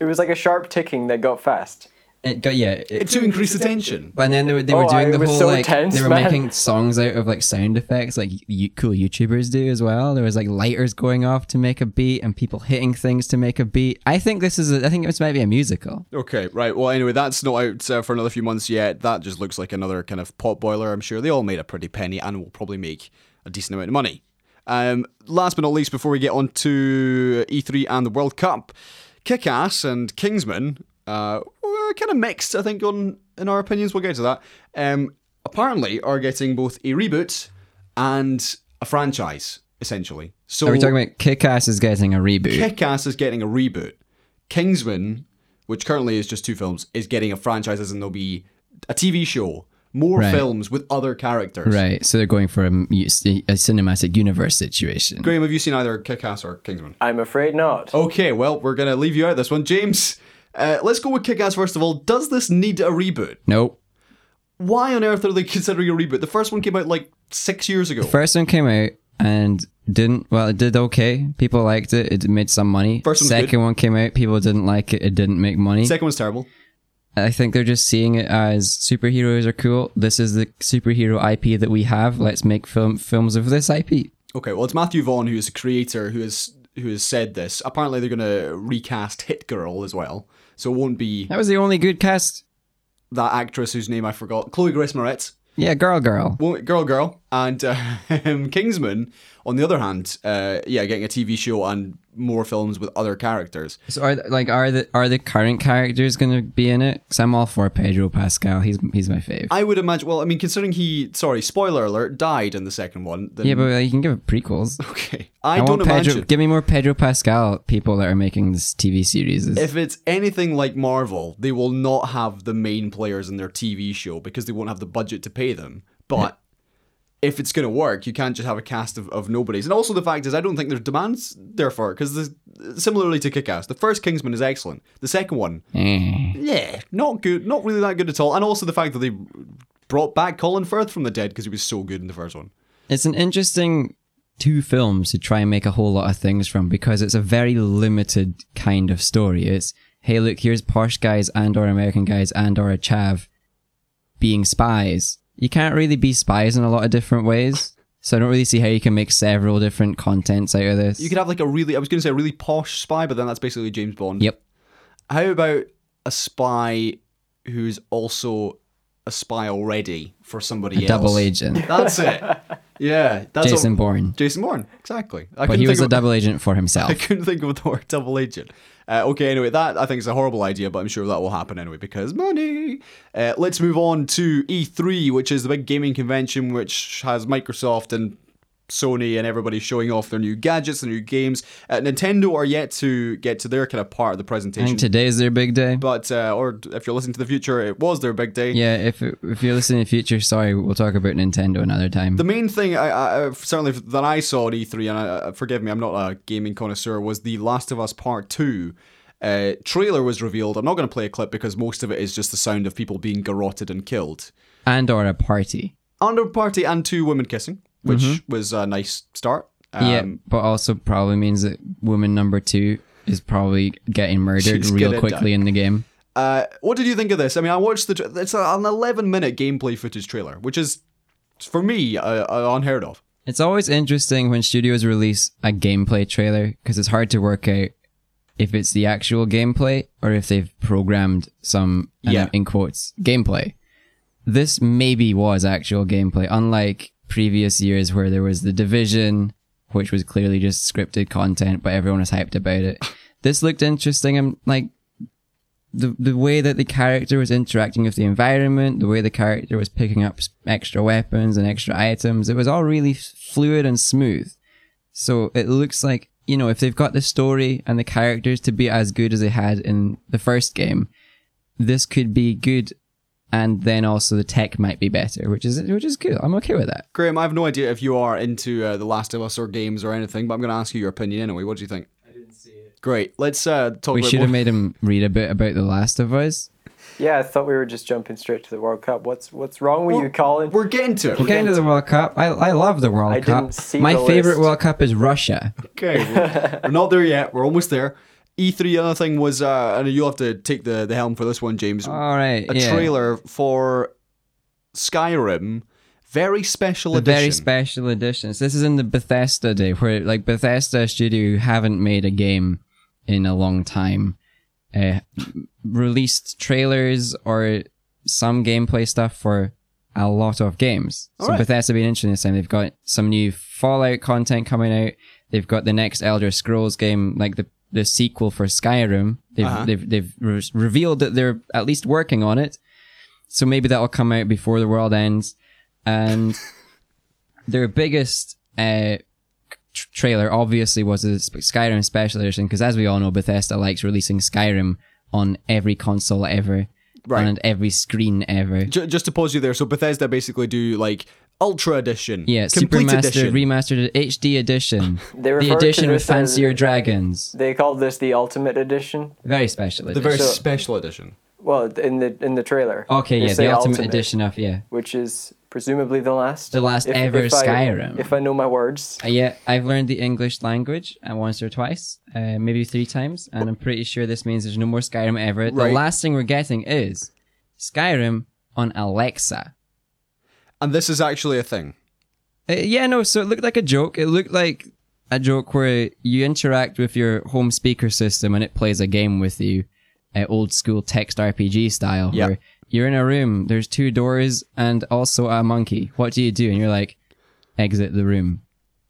C: it was like a sharp ticking that got fast.
B: It got yeah. It,
A: To increase the tension.
B: and then they were, they
C: Oh,
B: were doing
C: I
B: the
C: was
B: whole
C: so
B: like
C: tense,
B: they were
C: man.
B: making songs out of like sound effects, like you, cool YouTubers do as well. There was like lighters going off to make a beat, and people hitting things to make a beat. I think this is. A, I think this might be a musical.
A: Okay, right. Well, anyway, that's not out uh, for another few months yet. That just looks like another kind of pot boiler, I'm sure. They all made a pretty penny and will probably make a decent amount of money. Um, last but not least, before we get on to E3 and the World Cup, Kick Ass and Kingsman uh, were kind of mixed, I think, on in our opinions. We'll get to that. Um, apparently, are getting both a reboot and a franchise, essentially. So
B: Are we talking about Kick-Ass is getting a reboot?
A: Kick Ass is getting a reboot. Kingsman, which currently is just two films, is getting a franchise, as in there'll be a TV show, more
B: Right.
A: films with other characters.
B: Right. So they're going for a, mu- a cinematic universe situation.
A: Graham, have you seen either Kick-Ass or Kingsman?
C: I'm afraid not.
B: Oh.
A: Okay, well, we're gonna leave you out this one, James. Uh, let's go with Kick-Ass first of all. Does this need a reboot?
B: Nope.
A: Why on earth are they <laughs> considering a reboot? The first one came out like six years ago.
B: First one came out and didn't well it did okay people liked it it made some money
A: First one's
B: second
A: good.
B: one came out people didn't like it it didn't make money
A: Second one's terrible.
B: i think they're just seeing it as superheroes are cool this is the superhero ip that we have let's make film films of this ip
A: Okay, well, it's Matthew Vaughn who is the creator who has who has said this. Apparently, they're gonna recast Hit Girl as well, so it won't be
B: that was the only good cast
A: that actress whose name I forgot, Chloe Grace Moretz,
B: yeah girl girl
A: Well, Girl Girl, and uh, <laughs> Kingsman. On the other hand, uh, yeah, getting a TV show and more films with other characters.
B: so are th- like are the are the current characters gonna be in it because i'm all for pedro pascal he's he's my fave
A: I would imagine. Well, I mean, considering he, sorry, spoiler alert, died in the second one. Then,
B: yeah but like, you can give it prequels
A: <laughs> okay, I,
B: want
A: don't
B: pedro
A: imagine.
B: give me more pedro pascal people that are making this tv series
A: if it's anything like Marvel, they will not have the main players in their TV show because they won't have the budget to pay them. But if it's going to work, you can't just have a cast of, of nobodies. And also, the fact is, I don't think there's demands there for it because similarly to Kick Ass, the first Kingsman is excellent. The second one,
B: Eh.
A: yeah, not good, not really that good at all. And also, the fact that they brought back Colin Firth from the dead because he was so good in the first one.
B: it's an interesting two films to try and make a whole lot of things from because it's a very limited kind of story. It's hey, look, here's posh guys and or American guys and or a chav being spies. You can't really be spies in a lot of different ways. So I don't really see how you can make several different contents out of this.
A: You could have like a really, I was going to say a really posh spy, but then that's basically James Bond.
B: Yep.
A: How about a spy who's also a spy already for somebody else?
B: double agent.
A: That's
B: <laughs>
A: it. Yeah, that's
B: Jason
A: all-
B: Bourne.
A: Jason Bourne, exactly. I
B: But
A: couldn't
B: he was
A: think
B: a
A: of-
B: double agent for
A: <laughs>
B: himself.
A: I couldn't think of the word double agent. Uh, okay, anyway, that I think is a horrible idea, but I'm sure that will happen anyway because money. Uh, let's move on to E3, which is the big gaming convention which has Microsoft and Sony and everybody showing off their new gadgets, their new games. Uh, Nintendo are yet to get to their kind of part of the
B: I
A: presentation.
B: think today's their big day.
A: but uh, or if you're listening to the future, it was their big day.
B: yeah, if if you're listening in the future, sorry, we'll talk about Nintendo another time.
A: The main thing, I, I, I- certainly that I saw at E3, and I, I- forgive me, I'm not a gaming connoisseur, was The Last of Us Part 2. Uh, trailer was revealed. I'm not going to play a clip because most of it is just the sound of people being garroted and killed.
B: and or a party.
A: Under party and two women kissing, which was a nice start.
B: Mm-hmm.
A: Um,
B: yeah, but also probably means that woman number two is probably getting murdered
A: She's
B: real
A: gonna
B: quickly
A: die.
B: in the game.
A: Uh, what did you think of this? I mean, I watched the. Tra- it's a, an 11 minute gameplay footage trailer, which is, for me, uh, uh, unheard of.
B: It's always interesting when studios release a gameplay trailer because it's hard to work out if it's the actual gameplay or if they've programmed some and
A: Yeah.
B: I'm in quotes gameplay. This maybe was actual gameplay, unlike previous years where there was the division, which was clearly just scripted content, but everyone was hyped about it. This looked interesting. and like the the way that the character was interacting with the environment, the way the character was picking up s- extra weapons and extra items, it was all really f- fluid and smooth. So it looks like you know if they've got the story and the characters to be as good as they had in the first game, this could be good, and then also the tech might be better, which is which is good. I'm okay with that.
A: Graham, I have no idea if you are into uh, The Last of Us or games or anything, but I'm going to ask you your opinion anyway. What do you think? I didn't see it. Great. Let's uh, talk
B: We
A: about
B: should have
A: more-
B: made him read a bit about The Last of Us.
C: Yeah, I thought we were just jumping straight to the World Cup. What's what's wrong with you, Colin?
A: We're getting to it.
B: We're getting to the World Cup. I, I love the World
C: I
B: Cup.
C: didn't see
B: My
C: the
B: favorite
C: list.
B: World Cup is Russia.
A: Okay. We're, we're not there yet. We're almost there. E3, other thing was, uh, and you'll have to take the, the helm for this one, James.
B: All right,
A: a
B: Uh, yeah.
A: trailer for Skyrim, very special
B: The
A: edition.
B: very special editions. This is in the Bethesda day, where like Bethesda Studio who haven't made a game in a long time, uh, released trailers or some gameplay stuff for a lot of games. so
A: Alright.
B: Bethesda being interesting this time, they've got some new Fallout content coming out. They've got the next Elder Scrolls game, like the the sequel for Skyrim. They've
A: Uh-huh.
B: they've they've re- revealed that they're at least working on it. So maybe that'll come out before the world ends. And their biggest uh, tr- trailer obviously was the Sp- Skyrim Special Edition because, as we all know, Bethesda likes releasing Skyrim on every console ever
A: Right.
B: and every screen ever.
A: J- just to pause you there, so Bethesda basically do like Ultra Edition,
B: Yeah,
A: Complete
B: Supermaster
A: Edition.
B: Remastered HD Edition.
C: They
B: the
C: refer to
B: edition with
C: this as-
B: fancier dragons.
C: They called this the Ultimate Edition.
B: Very special
A: the
B: edition.
A: very
C: So-
A: special edition.
C: Well, in the in the trailer.
B: okay,
C: they
B: yeah,
C: say
B: the ultimate, edition of yeah.
C: which is presumably the last,
B: The last ever
C: I-
B: Skyrim.
C: if I know my words,
B: Uh, yeah, I've learned the English language uh, once or twice, uh, maybe three times, and I'm pretty sure this means there's no more Skyrim ever.
A: Right.
B: The last thing we're getting is Skyrim on Alexa.
A: And this is actually a thing.
B: Uh, yeah, no, so it looked like a joke. It looked like a joke where you interact with your home speaker system and it plays a game with you, uh, old school text RPG style.
A: Yeah.
B: Where you're in a room, there's two doors and also a monkey. What do you do? And you're like, exit the room.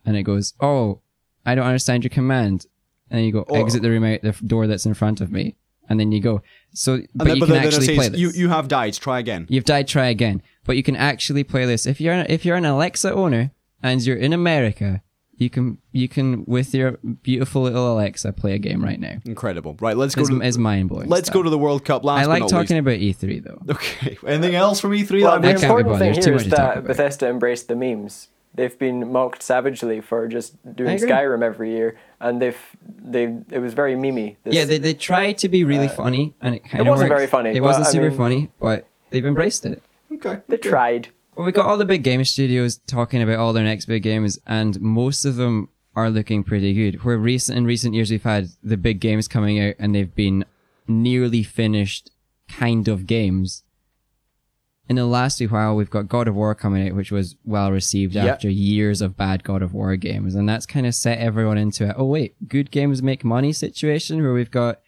B: And it goes, oh, I don't understand your command. And you go, exit the room out the f- door that's in front of me. And then you go. So, but,
A: And then,
B: you
A: but
B: can
A: then it
B: actually
A: says,
B: play this.
A: You, you have died, try again.
B: You've died. Try again. But you can actually play this if you're if you're an Alexa owner and you're in America. You can you can with your beautiful little Alexa play a game right now.
A: Incredible. Right, let's go
B: It's,
A: to
B: it's mind blowing.
A: let's go to the World Cup last
B: I like
A: but not
B: talking about E3 though.
A: least. <laughs> Okay. Anything else from E3
C: Well,
A: that
C: the
A: I'm
B: can't be
C: important
B: bothered.
C: thing
B: There's too
C: here
B: much
C: is
B: to talk
C: that
B: about.
C: Bethesda embraced the memes. They've been mocked savagely for just
B: I
C: doing
B: agree.
C: Skyrim every year, and they've they it was very memey. This,
B: Yeah, they they try to be really
A: Uh,
B: funny and it kind of
C: wasn't very funny,
B: It
C: but,
B: wasn't
C: I
B: super
C: mean-
B: funny, but they've embraced it.
A: Okay.
C: they tried.
B: Well, we got all the big game studios talking about all their next big games, and most of them are looking pretty good. Where recent in recent years we've had the big games coming out, and they've been nearly finished kind of games. In the last wee while, we've got God of War coming out, which was well received
A: Yeah.
B: after years of bad God of War games, and that's kind of set everyone into a oh wait, good games make money situation. Where we've got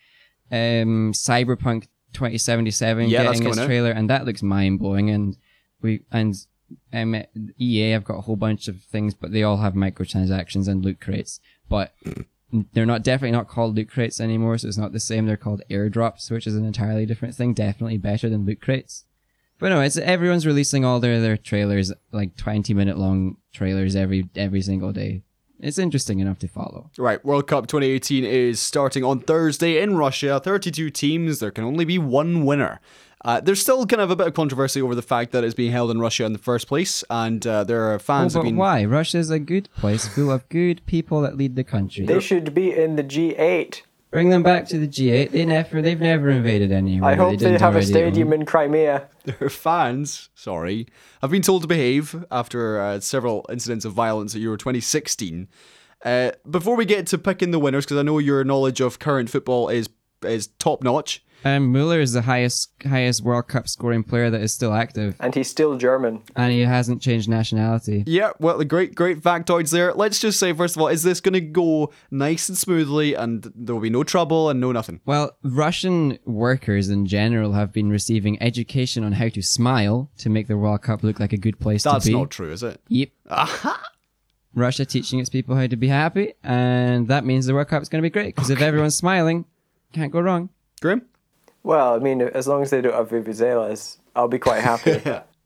B: um, Cyberpunk 2077
A: Yeah, that's
B: getting its
A: coming out.
B: trailer, and that looks mind blowing. And we and um, EA have got a whole bunch of things, but they all have microtransactions and loot crates. But they're not definitely not called loot crates anymore, so it's not the same. They're called airdrops, which is an entirely different thing. Definitely better than loot crates. But no, it's everyone's releasing all their their trailers, like 20 minute long trailers every every single day. It's interesting enough to follow.
A: Right, World Cup 2018 is starting on Thursday in Russia. 32 teams, there can only be one winner. Uh, there's still kind of a bit of controversy over the fact that it's being held in Russia in the first place, and uh, there are
B: Oh,
A: fans
B: but
A: have been.
B: why? Russia's a good place full of good people that lead the country.
C: They should be in the G8.
B: Bring them back to the G8. They never, they've never invaded anywhere.
C: I hope they
B: didn't
C: have a
B: already
C: stadium
B: own.
C: in Crimea.
A: Their fans, sorry, have been told to behave after uh, several incidents of violence at Euro 2016. Uh, before we get to picking the winners, because I know your knowledge of current football is is top notch.
B: Um, Mueller is the highest highest World Cup scoring player that is still active,
C: And he's still German.
B: and he hasn't changed nationality.
A: Yeah, well, the great, great factoids there. Let's just say, first of all, is this going to go nice and smoothly and there will be no trouble and no nothing?
B: Well, Russian workers in general have been receiving education on how to smile to make the World Cup look like a good place
A: That's
B: to be.
A: not true, is it?
B: Yep. Russia teaching its people how to be happy, and that means the World Cup's going to be great because if everyone's smiling, can't go wrong.
A: Grim?
C: Well, I mean, as long as they don't have vuvuzelas, I'll be
B: <laughs>
C: quite happy.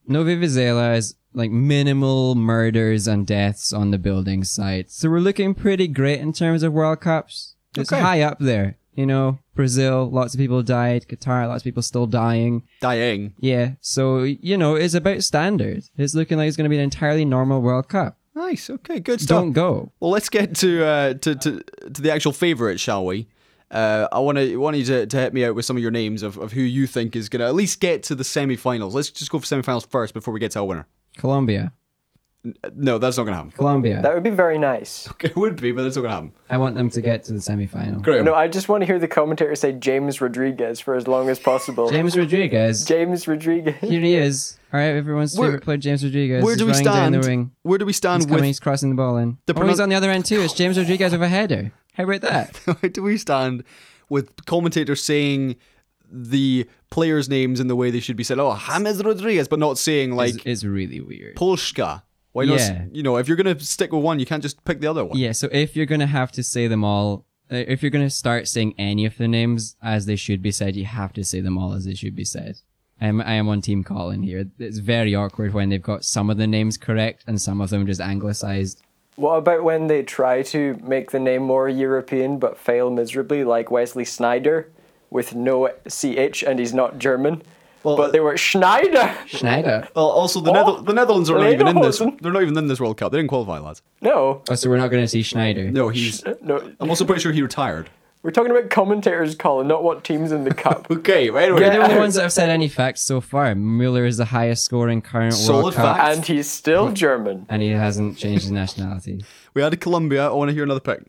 B: Novi Vizela is like minimal murders and deaths on the building site. So we're looking pretty great in terms of World Cups. It's
A: Okay.
B: high up there. You know, Brazil, lots of people died. Qatar, lots of people still dying.
A: Dying.
B: Yeah. So, you know, it's about standard. It's looking like it's going to be an entirely normal World Cup.
A: Nice, okay, good stuff.
B: Don't go.
A: Well, let's get to, uh, to, to, to the actual favourite, shall we? Uh, I want to want you to, to hit me out with some of your names of, of who you think is going to at least get to the semi-finals. Let's just go for semi-finals first before we get to our winner.
B: Colombia.
A: Uh, No, that's not going to happen. <laughs>
B: Colombia.
C: that would be very nice.
A: It would be, but that's not going to happen.
B: I want them to get to the semi-final.
A: Graham.
C: No, I just want to hear the commentator say James Rodriguez for as long as possible.
B: James Rodriguez.
C: James Rodriguez.
B: Here he is. All right, everyone's
A: Where-
B: favorite player, James Rodriguez.
A: where do
B: is
A: we
B: running Down the
A: stand?
B: wing.
A: Where do we stand
B: He's coming,
A: with
B: he's crossing the ball in.
A: The
B: oh, he's
A: pronoun-
B: on the other end too. It's James Rodriguez with a header. How about that?
A: Where do we stand with commentators saying the players' names in the way they should be said? Oh, James Rodriguez, but not saying <laughs> like
B: it's, it's really weird.
A: Polska. Why not? s-
B: Yeah.
A: You know, if you're gonna stick with one, you can't just pick the other one.
B: Yeah, so if you're going to have to say them all, uh, if you're going to start saying any of the names as they should be said, you have to say them all as they should be said. I'm, I am on Team Colin here. It's very awkward when they've got some of the names correct and some of them just anglicized.
C: What about when they try to make the name more European but fail miserably, like Wesley Snyder with no CH and he's not German?
A: Well,
C: but they
B: <laughs>
C: were Schneider!
B: Schneider.
A: Well, also the,
C: Oh,
A: Nether- the Netherlands are not even in this.
C: Lederhosen.
A: They're not even in this World Cup. They didn't qualify, lads.
C: No.
B: Oh, so we're not going to see Schneider.
A: No, he's.
C: No.
A: I'm also pretty sure he retired.
C: We're talking about commentators, Colin, not what teams in
B: <laughs>
C: the cup.
A: Okay, well, anyway.
B: They're the only ones that have said any facts so far. Mueller is the highest scoring current
A: Solid
B: World Cup,
A: fact.
C: and he's still German.
B: and he hasn't changed his nationality.
A: We had Colombia. I want to hear another pick.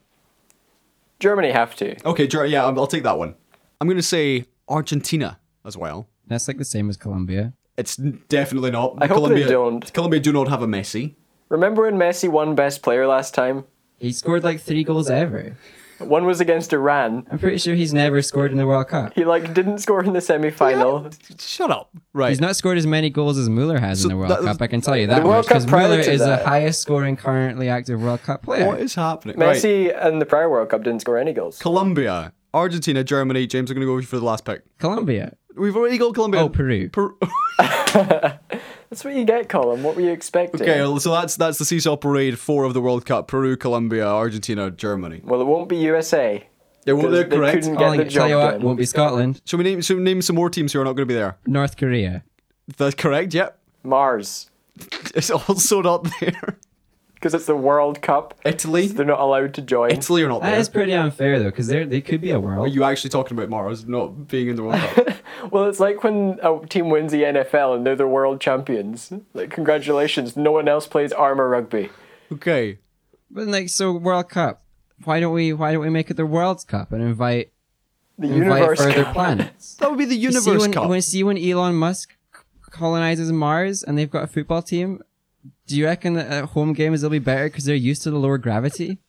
C: Germany have to.
A: Okay, Ger- yeah, I'll I'll take that one. I'm going to say Argentina as well.
B: That's like the same as Colombia.
A: It's n- definitely not.
C: I hope they don't.
A: Colombia do not have a Messi.
C: Remember when Messi won best player last time?
B: He scored like three goals ever.
C: One was against Iran.
B: I'm pretty sure he's never scored in the World Cup.
C: He like didn't score in the semi-final.
A: Shut up. Right.
B: He's not scored as many goals as Mueller has
A: So
B: in the World
A: that-
B: Cup. I can tell you that
C: The World
B: much because
C: Cup prior
B: Mueller
C: to
B: is
C: that-
B: the highest scoring currently active World Cup player.
A: What is happening? Right.
C: Messi and the prior World Cup didn't score any goals.
A: Colombia, Argentina, Germany. James, I'm going to go with you for the last pick.
B: Colombia.
A: We've already got Colombia.
B: Oh, Peru.
A: <laughs> Per-
C: That's what you get, Colin. What were you expecting?
A: okay, well, so that's that's the seesaw parade. Four of the World Cup: Peru, Colombia, Argentina, Germany.
C: Well, it won't be USA.
A: They were
C: They
A: they're correct.
C: couldn't
B: All
C: get
B: I
C: the
B: can tell
C: job
B: you what,
C: done.
B: won't be Scotland.
A: Should we name should we name some more teams who are not going to be there?
B: North Korea.
A: That's correct. Yep. <laughs>
C: Mars,
A: It's also not there.
C: because it's the World Cup.
A: Italy.
C: They're not allowed to join.
A: Italy are not
B: That
A: there.
B: is pretty unfair though, because they could be a
A: Are
B: world.
A: you actually talking about Mars not being in the World
B: <laughs>
A: Cup?
C: Well, it's like when a team wins the NFL and they're the world champions. Like, congratulations, no one else plays armor rugby.
A: okay.
B: But like, so World Cup. Why don't we? Why don't we make it the World Cup and invite
C: The
B: invite
C: universe.
B: further planets?
A: That would be the
B: You
A: Universe
B: see when,
A: Cup.
B: when see when Elon Musk colonizes Mars and they've got a football team. Do you reckon that at home games will be better because they're used to the lower gravity?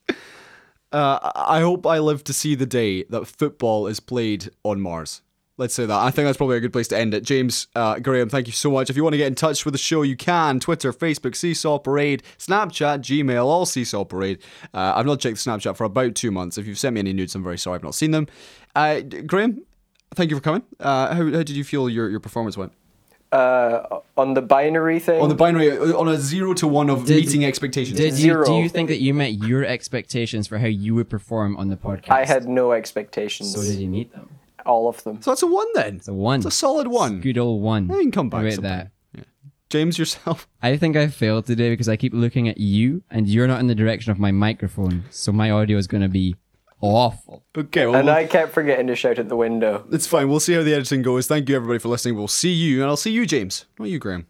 A: I hope I live to see the day that football is played on Mars. Let's say that. I think that's probably a good place to end it. James, uh, Graham, thank you so much. If you want to get in touch with the show, you can. Twitter, Facebook, Seesaw Parade, Snapchat, Gmail, all Seesaw Parade. Uh, I've not checked Snapchat for about two months. If you've sent me any nudes, I'm very sorry I've not seen them. Uh, d- Graham, thank you for coming. Uh, how, how did you feel your, your performance went?
C: uh, on the binary thing.
A: On the binary, uh, on a zero to one of
B: Did-
A: meeting expectations.
B: Did you,
C: Zero.
B: do you think that you met your expectations for how you would perform on the podcast?
C: I had no expectations.
B: So did you meet them?
C: All of them.
A: so that's a one then. It's
B: The one.
A: It's a solid one.
B: Good old one.
A: I can come back
B: About
A: sometime.
B: that.
A: James, yourself. <laughs>
B: I think I failed today because I keep looking at you and you're not in the direction of my microphone, so my audio is going to be awful.
A: Okay, well,
C: And
A: we'll-
C: I kept forgetting to shout at the window.
A: It's fine. We'll see how the editing goes. Thank you, everybody, for listening. We'll see you, and I'll see you, James. Not you, Graham.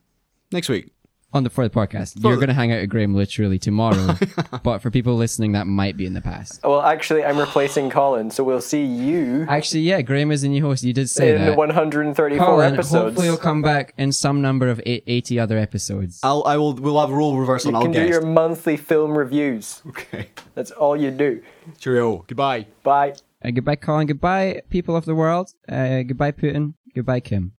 A: Next week.
B: On the for the podcast, you're
A: the-
B: going to hang out at Graham literally
C: <laughs>
B: tomorrow, but for people listening, that might be in the past.
C: Well, actually, I'm replacing Colin, so we'll see you
B: Actually, yeah, Graham is the new host. You did say
C: in
B: that.
C: 134
B: Colin,
C: episodes.
B: hopefully, you'll come back in some number of eight- 80 other episodes.
C: Uh,
A: I'll. I will. We'll have a role reversal. and
C: you
A: I'll
C: can do
A: guess.
C: your monthly film reviews.
A: Okay. <laughs>
C: That's all you do.
A: Cheerio. Goodbye.
C: Bye.
B: Uh, goodbye, Colin. Goodbye, people of the world. Uh, goodbye, Putin. Goodbye, Kim.